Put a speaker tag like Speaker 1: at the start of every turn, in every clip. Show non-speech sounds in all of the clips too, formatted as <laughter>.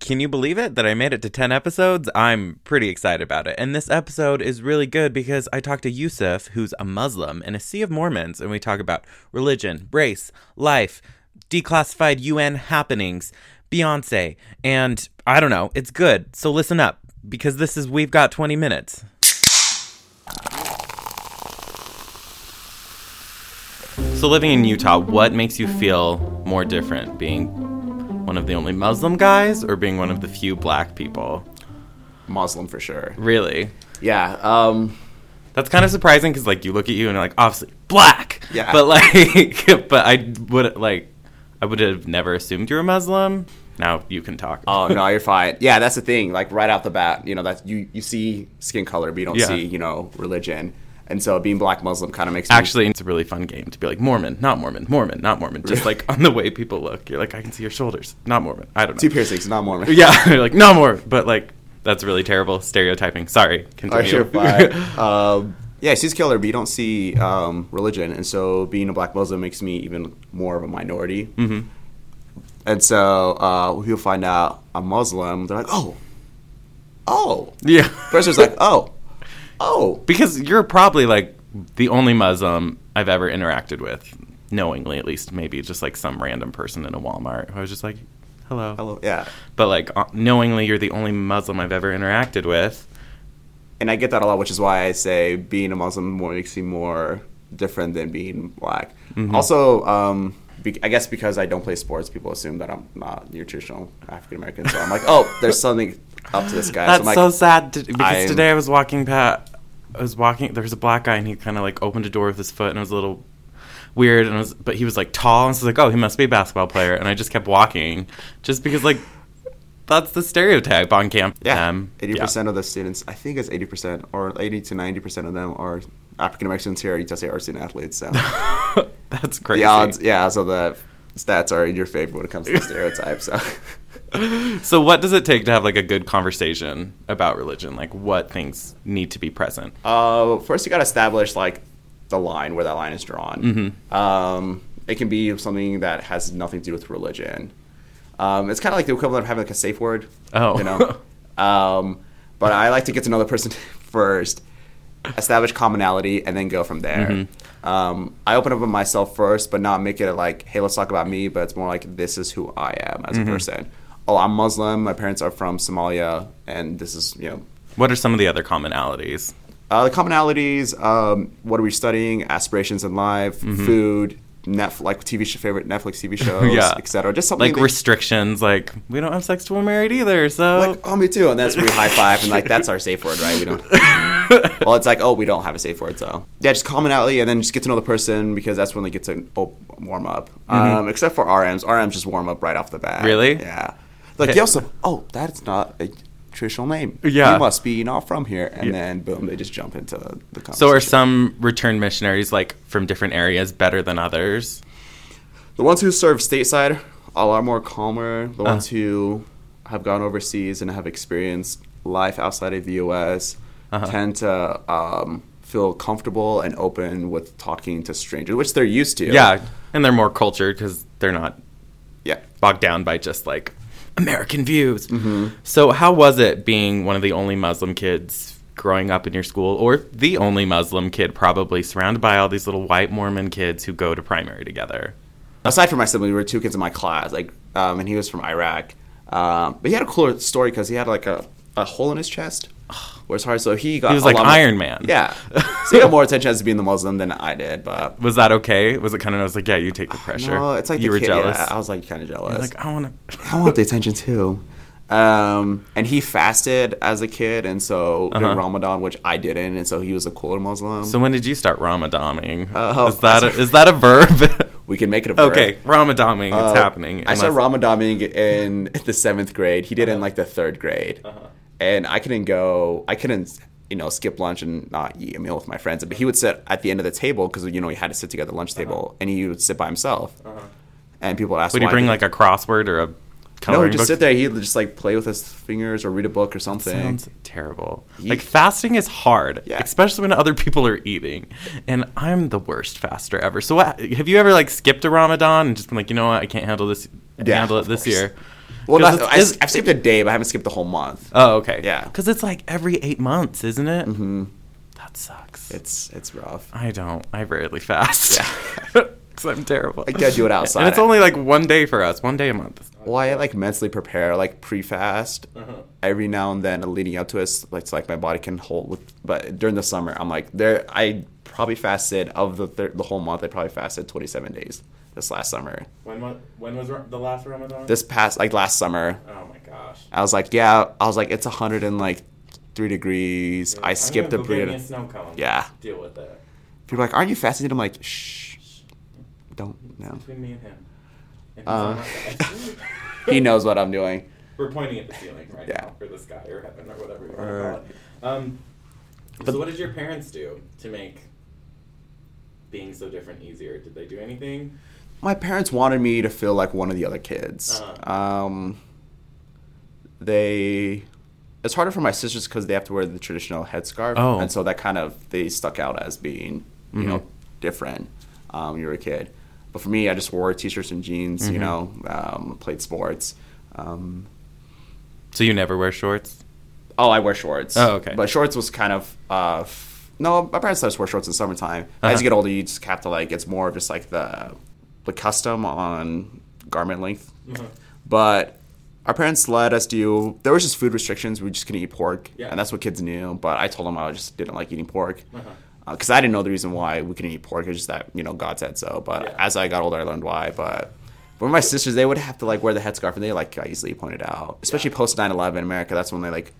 Speaker 1: can you believe it that I made it to 10 episodes? I'm pretty excited about it. And this episode is really good because I talk to Yusuf, who's a Muslim, in a sea of Mormons, and we talk about religion, race, life, declassified UN happenings, Beyonce, and I don't know, it's good. So listen up because this is We've Got 20 Minutes. So, living in Utah, what makes you feel more different being one of the only Muslim guys or being one of the few black people?
Speaker 2: Muslim for sure.
Speaker 1: Really?
Speaker 2: Yeah. Um,
Speaker 1: That's kind of surprising because like you look at you and you're like obviously black.
Speaker 2: Yeah.
Speaker 1: But like, <laughs> but I would like, I would have never assumed you're a Muslim. Now you can talk.
Speaker 2: oh no, you're fine. Yeah, that's the thing. Like right out the bat, you know, that's you you see skin color, but you don't
Speaker 1: Yeah.
Speaker 2: see you know religion. And so being black Muslim kind of makes me-
Speaker 1: Actually, it's a really fun game to be like Mormon, not Mormon, Mormon, not Mormon. Just like on the way people look, you're like, I can see your shoulders, not Mormon. I don't know. <laughs>
Speaker 2: two piercings, not Mormon. <laughs>
Speaker 1: Yeah, <laughs> you're like no more. But like, that's really terrible stereotyping. Sorry.
Speaker 2: All right,
Speaker 1: Continue.
Speaker 2: sure, fine. um, yeah, she's killer, but you don't see um, religion, and so being a black Muslim makes me even more of a minority. Mm-hmm. And so uh, people find out I'm Muslim, they're like, oh, oh.
Speaker 1: <laughs> yeah.
Speaker 2: First, it's like, oh, oh,
Speaker 1: because you're probably like the only Muslim I've ever interacted with, knowingly at least, maybe just like some random person in a Walmart who I was just like, hello.
Speaker 2: hello, yeah.
Speaker 1: But like uh, knowingly, you're the only Muslim I've ever interacted with.
Speaker 2: And I get that a lot, which is why I say being a Muslim more makes me more different than being black.
Speaker 1: Mm-hmm.
Speaker 2: Also, um, be- I guess because I don't play sports, people assume that I'm not your traditional African American. So I'm like,
Speaker 1: <laughs>
Speaker 2: oh, there's something up to this guy.
Speaker 1: That's
Speaker 2: so I'm
Speaker 1: so
Speaker 2: like,
Speaker 1: sad to, because
Speaker 2: I'm-
Speaker 1: today I was walking past, I was walking. There was a black guy and he kind of like opened a door with his foot and it was a little weird and it was, but he was like tall and so I was like, oh, he must be a basketball player. And I just kept walking, just because like that's the stereotype on camp.
Speaker 2: Yeah,
Speaker 1: Um,
Speaker 2: eighty percent of the students, I think it's eighty percent or eighty to ninety percent of them are African Americans here at Utah State are student athletes.
Speaker 1: <laughs>
Speaker 2: So
Speaker 1: that's crazy.
Speaker 2: the odds, yeah, so the stats are in your favor when it comes to stereotypes. So
Speaker 1: <laughs> So what does it take to have like a good conversation about religion? Like what things need to be present?
Speaker 2: uh, first, you got to establish like the line where that line is drawn. Um, it can be something that has nothing to do with religion. Um, it's kind of like the equivalent of having like a safe word.
Speaker 1: Oh.
Speaker 2: you know. um, but I like to get to know the person <laughs> first, establish commonality, and then go from there. Um, I open up on myself first, but not make it like, hey, let's talk about me. But it's more like, this is who I am as a person. Oh, I'm Muslim. My parents are from Somalia, and this is you know
Speaker 1: What are some of the other commonalities?
Speaker 2: uh, the commonalities: um, what are we studying? Aspirations in life,
Speaker 1: Mm-hmm.
Speaker 2: food, Netflix, like TV show, favorite Netflix
Speaker 1: <laughs>
Speaker 2: TV shows,
Speaker 1: Yeah.
Speaker 2: etc. Just something
Speaker 1: Like
Speaker 2: that-
Speaker 1: restrictions, like we don't have sex till we're married either, so
Speaker 2: like, oh, me too, and that's we high five, and like that's our safe word, right?
Speaker 1: <laughs>
Speaker 2: We don't. well, it's like, oh, we don't have a safe word, so yeah, just commonality, and then just get to know the person because that's when they get to oh, warm up. Um, except for RMs, RMs just warm up right off the bat.
Speaker 1: Mm-hmm. Really?
Speaker 2: Yeah. Like
Speaker 1: Okay.
Speaker 2: Yosef, oh, that's not a traditional name.
Speaker 1: Yeah.
Speaker 2: you must be not from here, and
Speaker 1: Yeah.
Speaker 2: then boom, they just jump into the
Speaker 1: <laughs>
Speaker 2: conversation.
Speaker 1: so are some return missionaries like from different areas better than others?
Speaker 2: The ones who serve stateside are a lot more calmer.
Speaker 1: Uh.
Speaker 2: The ones who have gone overseas and have experienced life outside of the U.S.
Speaker 1: Uh-huh.
Speaker 2: tend to um, feel comfortable and open with talking to strangers, which they're used to.
Speaker 1: Yeah, and they're more cultured cuz they're not
Speaker 2: yeah.
Speaker 1: bogged down by just like American views.
Speaker 2: Mm-hmm.
Speaker 1: So, how was it being one of the only Muslim kids growing up in your school, or the only Muslim kid probably surrounded by all these little white Mormon kids who go to primary together?
Speaker 2: Aside from my sibling, we were two kids in my class, like, um, and he was from Iraq. Um, but he had a cooler story because he had like a, a hole in his chest. Where it's hard, so he got
Speaker 1: He was
Speaker 2: a
Speaker 1: like
Speaker 2: lot more-
Speaker 1: Iron Man. <laughs>
Speaker 2: Yeah, so he got more attention as being the Muslim than I did, but
Speaker 1: Was that okay? Was it kind of? I was like, yeah, you take the pressure.
Speaker 2: Uh, no, it's like
Speaker 1: you
Speaker 2: the
Speaker 1: were
Speaker 2: kid-
Speaker 1: jealous.
Speaker 2: yeah, I was like kind of jealous.
Speaker 1: I was like, I want to.
Speaker 2: I want the attention too. Um, and he fasted as a kid, and so during
Speaker 1: Uh-huh.
Speaker 2: Ramadan, which I didn't, and so he was a cooler Muslim.
Speaker 1: <laughs> So when did you start Ramadaning?
Speaker 2: Oh, <laughs>
Speaker 1: is that a, is that a verb? <laughs>
Speaker 2: we can make it a verb.
Speaker 1: okay, Ramadaning.
Speaker 2: Uh,
Speaker 1: it's happening.
Speaker 2: I started
Speaker 1: Unless-
Speaker 2: Ramadaning
Speaker 1: <laughs>
Speaker 2: in the seventh grade. He did in like the third grade,
Speaker 1: Uh-huh.
Speaker 2: and I couldn't go. I couldn't, you know, skip lunch and not eat a meal with my friends. But he would sit at the end of the table because you know we had to sit together at the lunch table, and he would sit by himself. And people would ask,
Speaker 1: Uh-huh. Would you
Speaker 2: why
Speaker 1: bring
Speaker 2: he-
Speaker 1: like a crossword or a
Speaker 2: No,
Speaker 1: coloring
Speaker 2: he'd
Speaker 1: book?
Speaker 2: just sit there. He'd just like play with his fingers or read a book or something.
Speaker 1: Sounds terrible. Like fasting is hard,
Speaker 2: Yeah.
Speaker 1: especially when other people are eating. And I'm the worst faster ever. So what, have you ever like skipped a Ramadan and just been like, you know what, I can't handle this.
Speaker 2: Yeah,
Speaker 1: handle it
Speaker 2: of
Speaker 1: this
Speaker 2: course.
Speaker 1: year.
Speaker 2: Well,
Speaker 1: 'Cause
Speaker 2: not,
Speaker 1: it's-
Speaker 2: I,
Speaker 1: it's-
Speaker 2: have skipped a day, but I haven't skipped the whole month.
Speaker 1: oh, okay.
Speaker 2: Yeah.
Speaker 1: Because it's like every eight months, isn't it? Mm-hmm. That sucks.
Speaker 2: It's
Speaker 1: <laughs>
Speaker 2: it's rough.
Speaker 1: I don't. I rarely fast. <laughs> Yeah. Because I'm terrible. I
Speaker 2: gotta
Speaker 1: <laughs>
Speaker 2: do it outside.
Speaker 1: And it's only like one day for us, one day a month.
Speaker 2: Well, I like mentally prepare like pre-fast
Speaker 1: Uh-huh.
Speaker 2: every now and then leading up to it. Like, it's like my body can hold. With, but during the summer, I'm like there. I probably fasted of the thir- the whole month. I probably fasted 27 days this last summer.
Speaker 1: When was, when was the last Ramadan?
Speaker 2: This past like last summer,
Speaker 1: oh my gosh.
Speaker 2: I was like, yeah. I was like, it's 100 and like three degrees. I skipped a period.
Speaker 1: snow cone.
Speaker 2: Yeah.
Speaker 1: Deal with it.
Speaker 2: People are like, aren't you fasting? I'm like, shh, don't know.
Speaker 1: Between me and him.
Speaker 2: on Uh,
Speaker 1: <laughs>
Speaker 2: <laughs> He knows what I'm doing.
Speaker 1: We're pointing at the ceiling right
Speaker 2: Yeah.
Speaker 1: now, or the sky, or heaven, or whatever you want
Speaker 2: Or-
Speaker 1: to call it. Um, so, what did your parents do to make being so different easier? Did they do anything?
Speaker 2: my parents wanted me to feel like one of the other kids.
Speaker 1: Uh-huh.
Speaker 2: Um, they, it's harder for my sisters because they have to wear the traditional headscarf,
Speaker 1: Oh.
Speaker 2: and so that kind of they stuck out as being you know
Speaker 1: Mhm.
Speaker 2: different. Um, when you were a kid, but for me, I just wore t-shirts and jeans. You
Speaker 1: Mhm.
Speaker 2: know, um, played sports. Um,
Speaker 1: So, you never wear shorts?
Speaker 2: Oh, I wear shorts.
Speaker 1: Oh, okay.
Speaker 2: But shorts was kind of uh, f- no. My parents let us wear shorts in the summertime.
Speaker 1: Uh-huh.
Speaker 2: As you get older, you just have to like it's more of just like the the custom on garment length.
Speaker 1: Uh-huh.
Speaker 2: But our parents let us do. There was just food restrictions. We just couldn't eat pork,
Speaker 1: Yeah.
Speaker 2: and that's what kids knew. But I told them I just didn't like eating pork
Speaker 1: Uh-huh.
Speaker 2: because Uh, I didn't know the reason why we couldn't eat pork. It's just that you know God said so. But
Speaker 1: Yeah.
Speaker 2: as I got older, I learned why. But for my sisters, they would have to like wear the headscarf, and they like easily pointed out, especially post 9-11 in America. That's when they like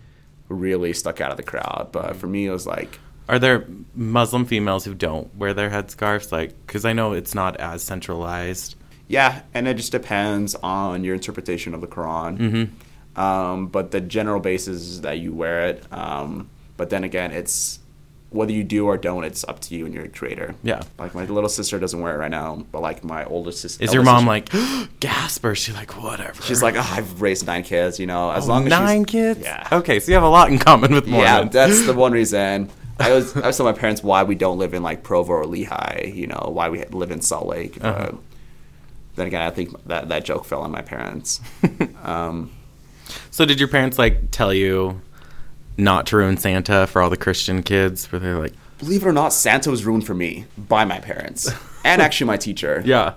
Speaker 2: really stuck out of the crowd. But
Speaker 1: Mm-hmm.
Speaker 2: for me, it was like
Speaker 1: Are there Muslim females who don't wear their headscarves? Like, because I know it's not as centralized.
Speaker 2: yeah, and it just depends on your interpretation of the Quran.
Speaker 1: Mm-hmm.
Speaker 2: Um, but the general basis is that you wear it. Um, but then again, it's whether you do or don't, it's up to you and your creator.
Speaker 1: Yeah.
Speaker 2: Like my little sister doesn't wear it right now, but like my older sister
Speaker 1: Is your mom like, <gasps> gasp, or is she like, whatever?
Speaker 2: She's like, oh, I've raised nine kids, you know. As
Speaker 1: Oh,
Speaker 2: long as she's-
Speaker 1: nine kids?
Speaker 2: yeah,
Speaker 1: Okay, so you have a lot in common with
Speaker 2: yeah,
Speaker 1: Mormons.
Speaker 2: that's the one reason. I was I was telling my parents why we don't live in like Provo or Lehigh, you know, why we live in Salt Lake. but
Speaker 1: Uh-huh.
Speaker 2: then again, I think that that joke fell on my parents. <laughs> um,
Speaker 1: So did your parents like tell you not to ruin Santa for all the Christian kids? Were they like,
Speaker 2: believe it or not, Santa was ruined for me by my
Speaker 1: <laughs>
Speaker 2: parents and actually my teacher.
Speaker 1: yeah,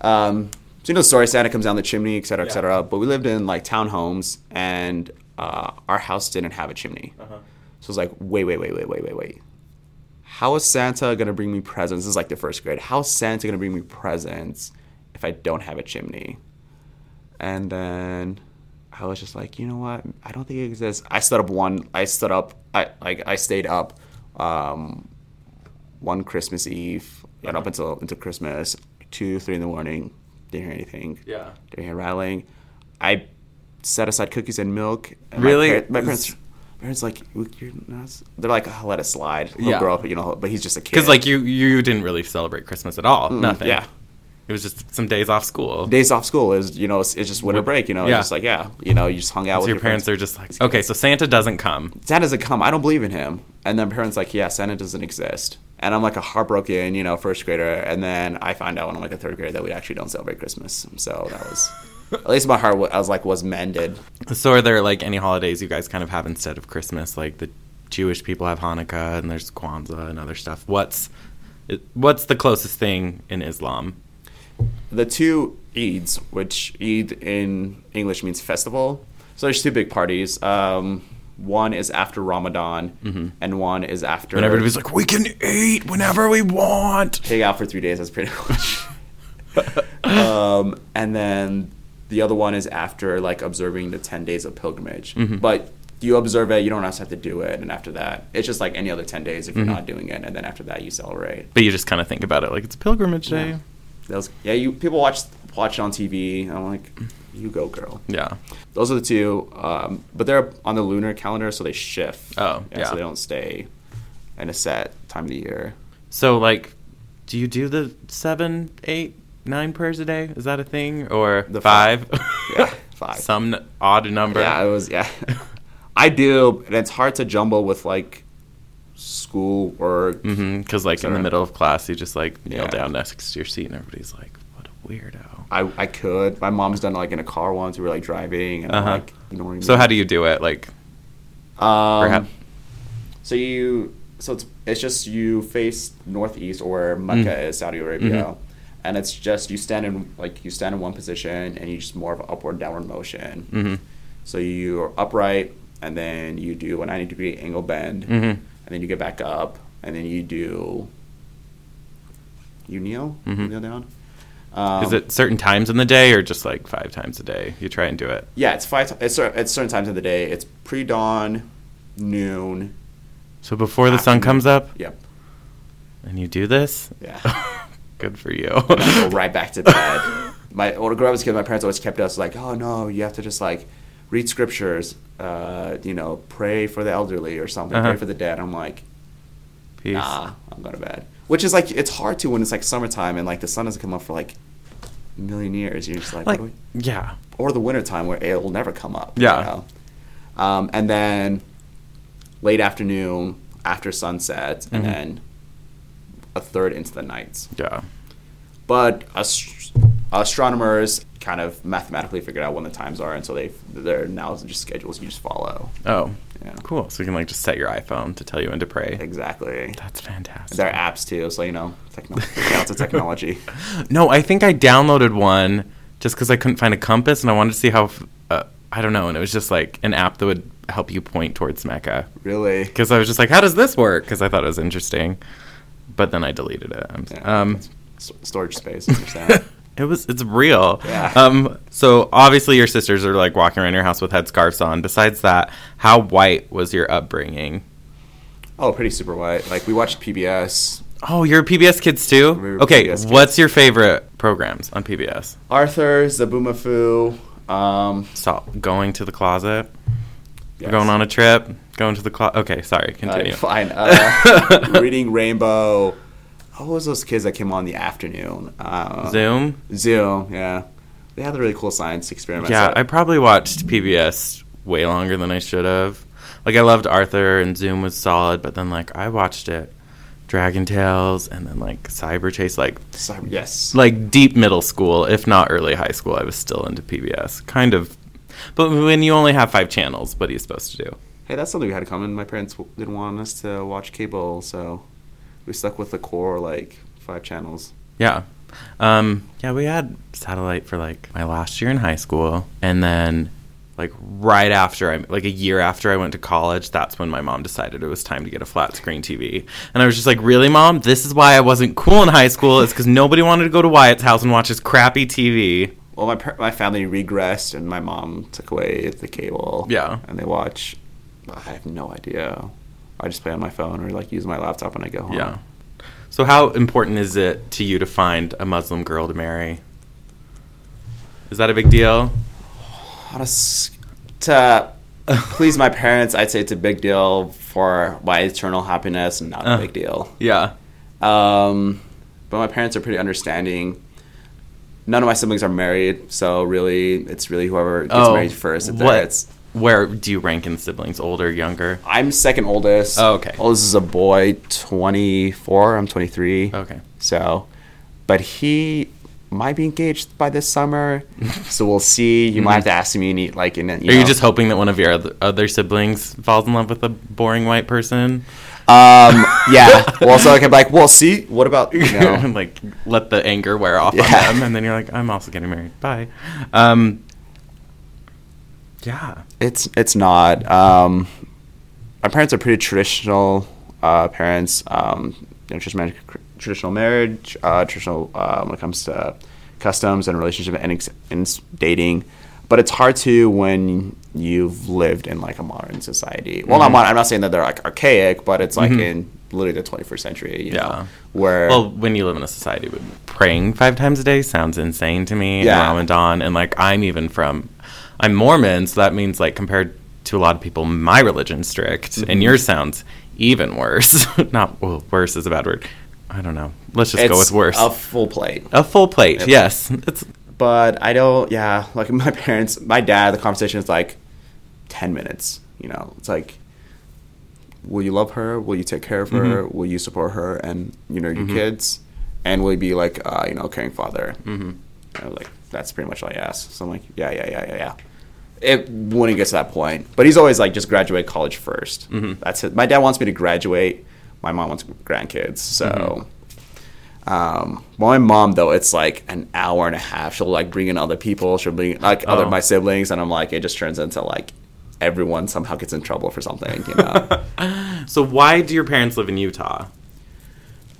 Speaker 2: Um, so you know the story, Santa comes down the chimney, et cetera, et
Speaker 1: Yeah.
Speaker 2: cetera. But we lived in like townhomes, and uh, our house didn't have a chimney. So it's like, wait, wait, wait, wait, wait, wait, wait. How is Santa gonna bring me presents? This is like the first grade. How is Santa gonna bring me presents if I don't have a chimney? And then I was just like, you know what? I don't think it exists. I stood up one. I stood up. I like I stayed up um, one Christmas Eve and up until until Christmas, two, three in the morning. Didn't hear anything.
Speaker 1: yeah.
Speaker 2: Didn't hear rattling. I set aside cookies and milk. And
Speaker 1: Really?
Speaker 2: My, par- my parents. my Parents like you're not, they're like oh, let it slide. He'll
Speaker 1: Yeah.
Speaker 2: grow up, you know. But he's just a kid.
Speaker 1: Because like you, you didn't really celebrate Christmas at all. Nothing.
Speaker 2: Mm, yeah.
Speaker 1: it was just some days off school.
Speaker 2: days off school is you know it's, it's just winter break. You know,
Speaker 1: yeah.
Speaker 2: it's just like yeah, you know, you just hung out
Speaker 1: so
Speaker 2: with
Speaker 1: your parents are just like, okay, so Santa doesn't come.
Speaker 2: Santa doesn't come. I don't believe in him. And then parents like, yeah, Santa doesn't exist. And I'm like a heartbroken, you know, first grader. And then I find out when I'm like a third grader that we actually don't celebrate Christmas. So that
Speaker 1: <laughs>
Speaker 2: was, at least my heart, wa- I was like, was mended.
Speaker 1: So are there like any holidays you guys kind of have instead of Christmas? Like the Jewish people have Hanukkah and there's Kwanzaa and other stuff. What's it- what's the closest thing in Islam?
Speaker 2: The two Eids, which Eid in English means festival. So there's two big parties. Um, one is after Ramadan, and one is after.
Speaker 1: And Mm-hmm. everybody's like, we can eat whenever we want. <laughs>
Speaker 2: <laughs> pig out for three days. That's pretty much. <laughs> um, and then the other one is after like observing the ten days of pilgrimage.
Speaker 1: Mm-hmm.
Speaker 2: But you observe it, you don't also have to do it. And after that, it's just like any other ten days if you're
Speaker 1: Mm-hmm.
Speaker 2: not doing it. And then after that, you celebrate.
Speaker 1: But you just kind of think about it like it's a pilgrimage day.
Speaker 2: Yeah. That was, yeah, you people watch watch it on TV. I'm like, you go, girl.
Speaker 1: Yeah.
Speaker 2: Those are the two, um, but they're on the lunar calendar, so they shift.
Speaker 1: Oh, yeah.
Speaker 2: So they don't stay in a set time of the year.
Speaker 1: So like, do you do the seven, eight, nine prayers a day? Is that a thing or
Speaker 2: The
Speaker 1: five?
Speaker 2: five.
Speaker 1: <laughs>
Speaker 2: Yeah, five.
Speaker 1: Some n- odd number.
Speaker 2: Yeah, it was. Yeah, <laughs> I do, and it's hard to jumble with like school work.
Speaker 1: Because Mm-hmm. like in the
Speaker 2: Sorry.
Speaker 1: middle of class, you just like kneel
Speaker 2: Yeah.
Speaker 1: down next to your seat, and everybody's like, "What a weirdo.
Speaker 2: I, I could. My mom's done like in a car once. We were like driving and I'm,
Speaker 1: Uh-huh.
Speaker 2: like ignoring.
Speaker 1: So how do you do it? Like,
Speaker 2: you? Um,
Speaker 1: perhaps.
Speaker 2: So you, so it's it's just you face northeast or where Mecca
Speaker 1: Mm-hmm.
Speaker 2: is Saudi Arabia, and it's just you stand in like you stand in one position and you just more of an upward downward motion.
Speaker 1: Mm-hmm.
Speaker 2: So you are upright and then you do a ninety degree angle bend,
Speaker 1: Mhm.
Speaker 2: and then you get back up and then you do. You kneel, you
Speaker 1: Mhm.
Speaker 2: kneel down. Um,
Speaker 1: Is it certain times in the day or just like five times a day? You try and do it.
Speaker 2: Yeah, it's five. It's cer- at certain times of the day. It's pre dawn, noon.
Speaker 1: So before the sun
Speaker 2: Afternoon.
Speaker 1: comes up
Speaker 2: Yep.
Speaker 1: and you do this? <laughs>
Speaker 2: Yeah.
Speaker 1: Good for
Speaker 2: <laughs>
Speaker 1: you.
Speaker 2: And I go right back to bed. My older growing up as a kid, my parents always kept us like, oh no, you have to just like read scriptures, uh, you know, pray for the elderly or something,
Speaker 1: Uh-huh.
Speaker 2: pray for the dead. I'm like,
Speaker 1: Peace.
Speaker 2: nah, I'm going to bed. Which is like, it's hard to when it's like summertime and like the sun hasn't come up for like a million years. You're just like,
Speaker 1: Like,
Speaker 2: what do we-
Speaker 1: yeah.
Speaker 2: or the wintertime where it will never come up.
Speaker 1: Yeah.
Speaker 2: know? Um, and then late afternoon after sunset,
Speaker 1: Mhm.
Speaker 2: and then a third into the night.
Speaker 1: Yeah.
Speaker 2: But ast- astronomers kind of mathematically figured out when the times are, and so they they're now just schedules you just follow.
Speaker 1: Oh,
Speaker 2: Yeah.
Speaker 1: cool. So you can like just set your iPhone to tell you when to pray.
Speaker 2: Exactly.
Speaker 1: That's fantastic.
Speaker 2: There are apps too, so you know,
Speaker 1: <laughs>
Speaker 2: technology. it's a technology.
Speaker 1: No, I think I downloaded one just because I couldn't find a compass and I wanted to see how. f- Uh, I don't know, and it was just like an app that would help you point towards Mecca.
Speaker 2: Really.
Speaker 1: Because I was just like, how does this work? Because I thought it was interesting, but then I deleted it. I'm,
Speaker 2: Yeah,
Speaker 1: um,
Speaker 2: that's- s- storage space. Understand?
Speaker 1: <laughs> it was it's real.
Speaker 2: Yeah.
Speaker 1: Um. So obviously your sisters are like walking around your house with headscarves on. Besides that, how white was your upbringing?
Speaker 2: oh, pretty super white. Like we watched PBS.
Speaker 1: Oh, you're PBS kids too.
Speaker 2: We were
Speaker 1: okay,
Speaker 2: PBS kids.
Speaker 1: what's your favorite programs on PBS?
Speaker 2: Arthur, Zabumafu. Um,
Speaker 1: So going to the closet.
Speaker 2: yes.
Speaker 1: Going on a trip, going to the closet. Okay, sorry,
Speaker 2: Uh, <laughs>
Speaker 1: continue.
Speaker 2: fine.
Speaker 1: <laughs>
Speaker 2: Uh, reading Rainbow. What was those kids that came on in the afternoon? Uh,
Speaker 1: Zoom.
Speaker 2: Zoom. Yeah, they had the really cool science experiments.
Speaker 1: Yeah,
Speaker 2: that-
Speaker 1: I probably watched PBS way longer than I should have. Like I loved Arthur and Zoom was solid, but then like I watched it, Dragon Tales, and then like Cyber Chase, like
Speaker 2: Cyber- yes.
Speaker 1: like deep middle school, if not early high school. I was still into PBS, kind of. But when you only have five channels, what are you supposed to do?
Speaker 2: hey, that's something we had in common. My parents w- didn't want us to watch cable, so we stuck with the core like five channels.
Speaker 1: Yeah. Um, yeah, we had satellite for like my last year in high school. And then, like, right after I, like, a year after I went to college, that's when my mom decided it was time to get a flat screen TV. And I was just like, really, mom? This is why I wasn't cool in high school. It's because nobody wanted to go to Wyatt's house and watch his crappy TV.
Speaker 2: Well, my par- my family regressed, and my mom took away the cable.
Speaker 1: Yeah.
Speaker 2: and they watch. I have no idea. I just play on my phone or like use my laptop when I go home.
Speaker 1: Yeah. So, how important is it to you to find a Muslim girl to marry? Is that a big <laughs> deal?
Speaker 2: on a s- to please my parents, I'd say it's a big deal for my eternal happiness, not a
Speaker 1: Uh.
Speaker 2: big deal.
Speaker 1: Yeah.
Speaker 2: Um, but my parents are pretty understanding. None of my siblings are married, so really, it's really whoever gets
Speaker 1: Oh,
Speaker 2: married first. If they're- It's,
Speaker 1: Where do you rank in siblings? Older, younger?
Speaker 2: I'm second oldest.
Speaker 1: Oh, okay.
Speaker 2: Oldest is a boy, 24. I'm 23.
Speaker 1: Okay.
Speaker 2: So, but he might be engaged by this summer, so we'll see. You might have to ask me, and like, in a-
Speaker 1: Mm-hmm. Are you
Speaker 2: know.
Speaker 1: just hoping that one of your oth- other siblings falls in love with a boring white person? <laughs>
Speaker 2: Um, yeah. Well, so I can be like, well, see, what about you know?
Speaker 1: and like let the anger wear off
Speaker 2: Yeah.
Speaker 1: on them, and then you're like, I'm also getting married. Bye. Um, yeah.
Speaker 2: It's it's not. Um, my parents are pretty traditional uh, parents. Um, you know, traditional mar- traditional marriage, uh, traditional uh, when it comes to customs and relationship and, ex- and s- dating. But it's hard to when you've lived in like a modern society. Well,
Speaker 1: Mm-hmm.
Speaker 2: not modern, I'm not saying that they're like archaic, but it's like in literally the 21st century. You
Speaker 1: Yeah.
Speaker 2: Know, where
Speaker 1: Well, when you live in a society, where praying five times a day sounds insane to me.
Speaker 2: Yeah.
Speaker 1: And Ramadan, and like I'm even from, I'm Mormon, so that means like compared to a lot of people, my religion's strict,
Speaker 2: Mm-hmm.
Speaker 1: and yours sounds even worse. <laughs> Not well, worse is a bad word. I don't know. Let's just
Speaker 2: it's
Speaker 1: go with worse.
Speaker 2: a full plate.
Speaker 1: A full plate, yes. It's
Speaker 2: but I don't. Yeah, like <laughs> my parents, my dad. The conversation is like ten minutes. You know, it's like, will you love her? Will you take care of her? Will you support her and you know your kids? And will you be like, uh, you know, caring father? Mm-hmm. I was like, that's pretty much all he asked. So I'm like, yeah, yeah, yeah, yeah, yeah. It when it gets to that point, but he's always like, just graduate college 1st That's it. My dad wants me to graduate. My mom wants grandkids. So, um, my mom though, it's like an hour and a half. She'll like bring in other people. She'll bring like other
Speaker 1: Oh.
Speaker 2: my siblings, and I'm like, it just turns into like everyone somehow gets in trouble for something, you know.
Speaker 1: So why do your parents live in Utah?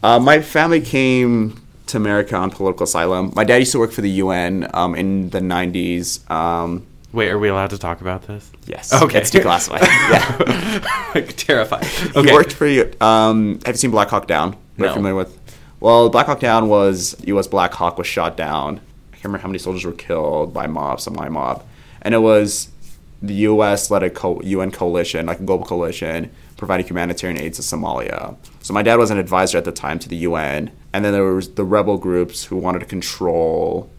Speaker 2: Uh, my family came to America on political asylum. My dad used to work for the UN um, in the 90s. Um,
Speaker 1: Wait, are we allowed to talk about this?
Speaker 2: yes.
Speaker 1: Okay.
Speaker 2: It's declassified. yeah.
Speaker 1: <laughs> like terrified.
Speaker 2: He <laughs>
Speaker 1: Okay.
Speaker 2: worked for, um, have you seen Black Hawk Down? Are you
Speaker 1: No.
Speaker 2: familiar with? Well, Black Hawk Down was, U.S. Black Hawk was shot down. I can't remember how many soldiers were killed by mob, some white mob. And it was the U.S. led a co- UN coalition, like a global coalition, providing humanitarian aid to Somalia. So my dad was an advisor at the time to the UN. And then there was the rebel groups who wanted to control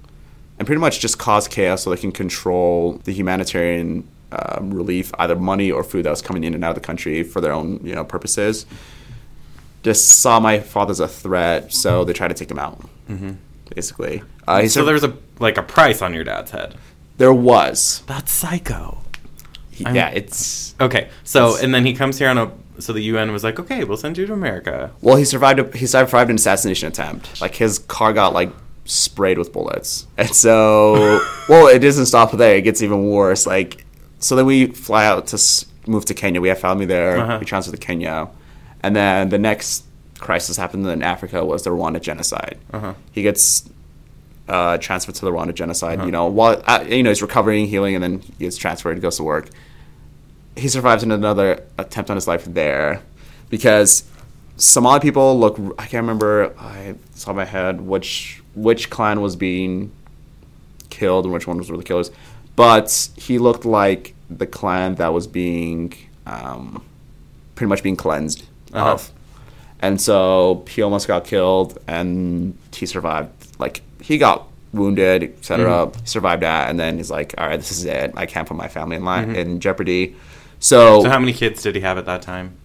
Speaker 2: and pretty much just cause chaos so they can control the humanitarian um, relief, either money or food that was coming in and out of the country for their own you know purposes. Just saw my father as a threat, so they tried to take him out. Mm-hmm. Basically, uh, he
Speaker 1: So
Speaker 2: said-
Speaker 1: there's a like a price on your dad's head.
Speaker 2: there was
Speaker 1: That's psycho.
Speaker 2: He-
Speaker 1: I'm-
Speaker 2: yeah it's
Speaker 1: Okay. So and then he comes here on a so the UN was like, "Okay, we'll send you to America."
Speaker 2: well he survived a, he survived an assassination attempt like his car got like sprayed with bullets and
Speaker 1: <laughs>
Speaker 2: so well it doesn't stop there it gets even worse like so then we fly out to s- move to Kenya we have family there
Speaker 1: Uh-huh.
Speaker 2: we transfer to Kenya and then the next crisis happened in Africa was the Rwanda genocide
Speaker 1: Uh-huh.
Speaker 2: he gets uh, transferred to the Rwanda genocide
Speaker 1: Uh-huh.
Speaker 2: you know while uh, you know he's recovering healing and then he gets transferred goes to work he survives in another attempt on his life there because Somali people look. I can't remember. I saw my head which which clan was being killed and which one was were the killers, but he looked like the clan that was being um, pretty much being cleansed
Speaker 1: Uh-huh.
Speaker 2: of, and so he almost got killed and he survived. Like he got wounded, etc.
Speaker 1: Mm-hmm.
Speaker 2: Survived that, and then he's like, "All right, this is it. I can't put my family in line in jeopardy." So,
Speaker 1: Mm-hmm. So how many kids did he have at that time?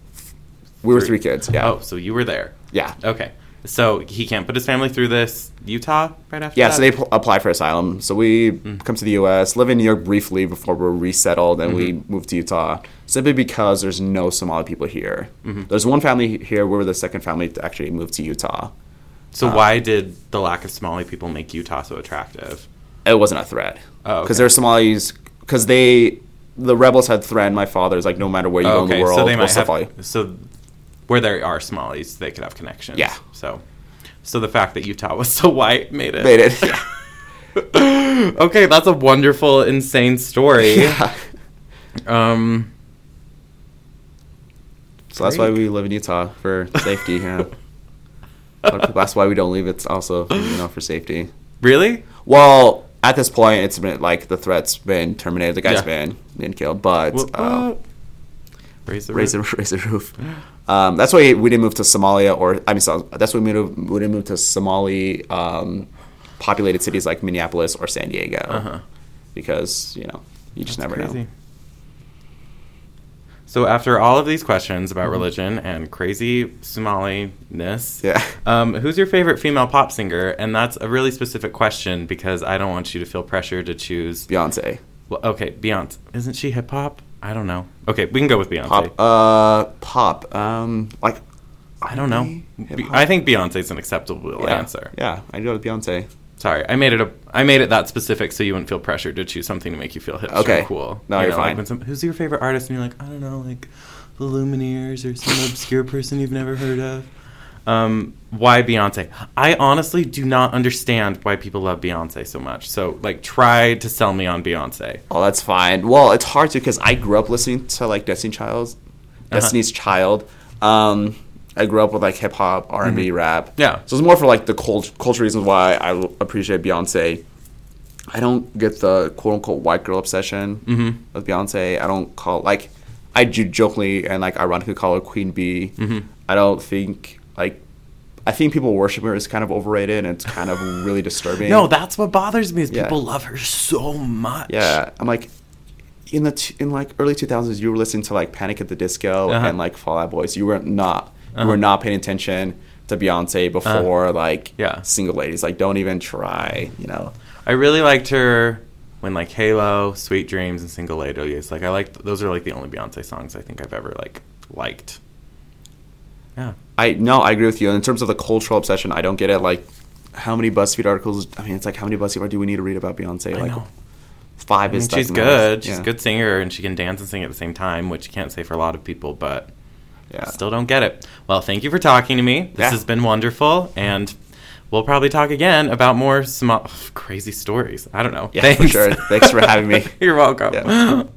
Speaker 2: we were three kids. Yeah,
Speaker 1: Oh, so you were there.
Speaker 2: yeah.
Speaker 1: Okay. So he can't put his family through this Utah right after.
Speaker 2: Yeah,
Speaker 1: that?
Speaker 2: so they pl- apply for asylum. So we
Speaker 1: Mm.
Speaker 2: come to the U.S., live in New York briefly before we're resettled, and we
Speaker 1: Mm-hmm.
Speaker 2: move to Utah simply because there's no Somali people here.
Speaker 1: Mm-hmm.
Speaker 2: There's one family here. We were the second family to actually move to Utah.
Speaker 1: So
Speaker 2: uh,
Speaker 1: why did the lack of Somali people make Utah so attractive?
Speaker 2: It wasn't a threat
Speaker 1: Oh,
Speaker 2: because
Speaker 1: okay.
Speaker 2: there's Somalis because they the rebels had threatened my father's like no matter where you go in the world,
Speaker 1: so they
Speaker 2: we'll
Speaker 1: might have, <laughs>
Speaker 2: Somali.
Speaker 1: so where there are Somalis, they could have connections.
Speaker 2: Yeah.
Speaker 1: So, so the fact that Utah was <laughs> so white made it.
Speaker 2: Made it. Yeah.
Speaker 1: <laughs> Okay, that's a wonderful, insane story.
Speaker 2: <laughs> Yeah.
Speaker 1: Um,
Speaker 2: So that's why we live in Utah for safety. Yeah.
Speaker 1: <laughs>
Speaker 2: that's why we don't leave. It's also you know for safety.
Speaker 1: really?
Speaker 2: Well, at this point, it's been like the threat's been terminated. The guy's
Speaker 1: Yeah.
Speaker 2: been been killed, but
Speaker 1: What-
Speaker 2: uh,
Speaker 1: what? Oh. raise the
Speaker 2: raise
Speaker 1: roof.
Speaker 2: the <laughs> raise the roof. Um, that's why we didn't move to Somalia, or I mean, so, that's why we moved, we didn't move to Somali um, populated cities like Minneapolis or San Diego,
Speaker 1: Uh-huh.
Speaker 2: because you know you just never know.
Speaker 1: So after all of these questions
Speaker 2: Mm-hmm.
Speaker 1: about religion and crazy Somali-ness,
Speaker 2: Yeah.
Speaker 1: um, who's your favorite female pop singer? And that's a really specific question because I don't want you to feel pressure to choose.
Speaker 2: Beyonce,
Speaker 1: Well, okay, Beyonce. Isn't she hip hop? I don't know. Okay, we can go with Beyonce.
Speaker 2: pop, uh, pop, um, like
Speaker 1: I don't know.
Speaker 2: hip
Speaker 1: Be-
Speaker 2: hop.
Speaker 1: I think Beyonce's an acceptable
Speaker 2: yeah,
Speaker 1: answer.
Speaker 2: Yeah, I go with Beyonce.
Speaker 1: Sorry, I made it a I made it that specific so you wouldn't feel pressured to choose something to make you feel hipster
Speaker 2: Okay.
Speaker 1: and cool.
Speaker 2: No,
Speaker 1: You
Speaker 2: you're
Speaker 1: know, like
Speaker 2: fine.
Speaker 1: when some- who's your favorite artist? And you're like, I don't know, like the Lumineers or some obscure person you've never heard of. Um, why Beyonce? I honestly do not understand why people love Beyonce so much. So like, try to sell me on Beyonce.
Speaker 2: Oh, that's fine. Well, it's hard to because I grew up listening to like Destiny Child's
Speaker 1: Uh-huh.
Speaker 2: Destiny's Child. Um, I grew up with like hip hop, R and B, rap.
Speaker 1: Mm-hmm. Yeah.
Speaker 2: so it's more for like the cult- culture reasons why I l- appreciate Beyonce. I don't get the quote unquote white girl obsession
Speaker 1: Mm-hmm.
Speaker 2: with Beyonce. I don't call like I do jokingly and like ironically call her Queen Bee.
Speaker 1: Mm-hmm.
Speaker 2: I don't think like I think people worship her is kind of overrated and it's kind of
Speaker 1: <laughs>
Speaker 2: really disturbing.
Speaker 1: No, that's what bothers me is
Speaker 2: Yeah.
Speaker 1: people love her so much.
Speaker 2: Yeah, I'm like, in the t- in like early 2000s, you were listening to like Panic at the Disco
Speaker 1: Uh-huh.
Speaker 2: and like Fall Out Boys. You were not you were not paying attention to Beyonce before like
Speaker 1: Uh-huh. Yeah.
Speaker 2: single ladies. Like, don't even try. You know,
Speaker 1: I really liked her when like Halo, Sweet Dreams, and Single Ladies. Like I liked those are like the only Beyonce songs I think I've ever like liked. Yeah.
Speaker 2: I no, I agree with you. In terms of the cultural obsession, I don't get it. Like, how many BuzzFeed articles? I mean, it's like how many BuzzFeed articles do we need to read about Beyonce?
Speaker 1: I
Speaker 2: like,
Speaker 1: know.
Speaker 2: five
Speaker 1: I mean,
Speaker 2: is
Speaker 1: she's
Speaker 2: like the most.
Speaker 1: good. She's
Speaker 2: Yeah.
Speaker 1: a good singer and she can dance and sing at the same time, which you can't say for a lot of people, but
Speaker 2: Yeah.
Speaker 1: still don't get it. Well, thank you for talking to me. This
Speaker 2: Yeah.
Speaker 1: has been wonderful and we'll probably talk again about more small <sighs> crazy stories. I don't know.
Speaker 2: Yeah,
Speaker 1: Thanks.
Speaker 2: for sure. Thanks for
Speaker 1: <laughs>
Speaker 2: having me.
Speaker 1: You're welcome.
Speaker 2: Yeah.
Speaker 1: <gasps>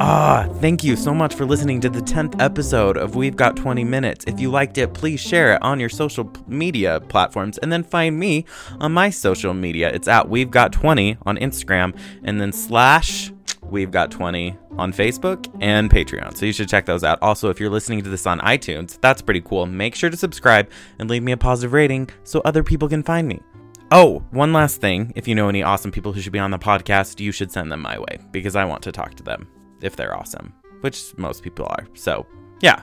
Speaker 1: Ah, thank you so much for listening to the 10th episode of We've Got 20 Minutes. If you liked it, please share it on your social p- media platforms and then find me on my social media. It's at We've Got 20 on Instagram and then slash We've Got 20 on Facebook and Patreon. So you should check those out. Also, if you're listening to this on iTunes, that's pretty cool. Make sure to subscribe and leave me a positive rating so other people can find me. Oh, one last thing. If you know any awesome people who should be on the podcast, you should send them my way because I want to talk to them if they're awesome, which most people are. So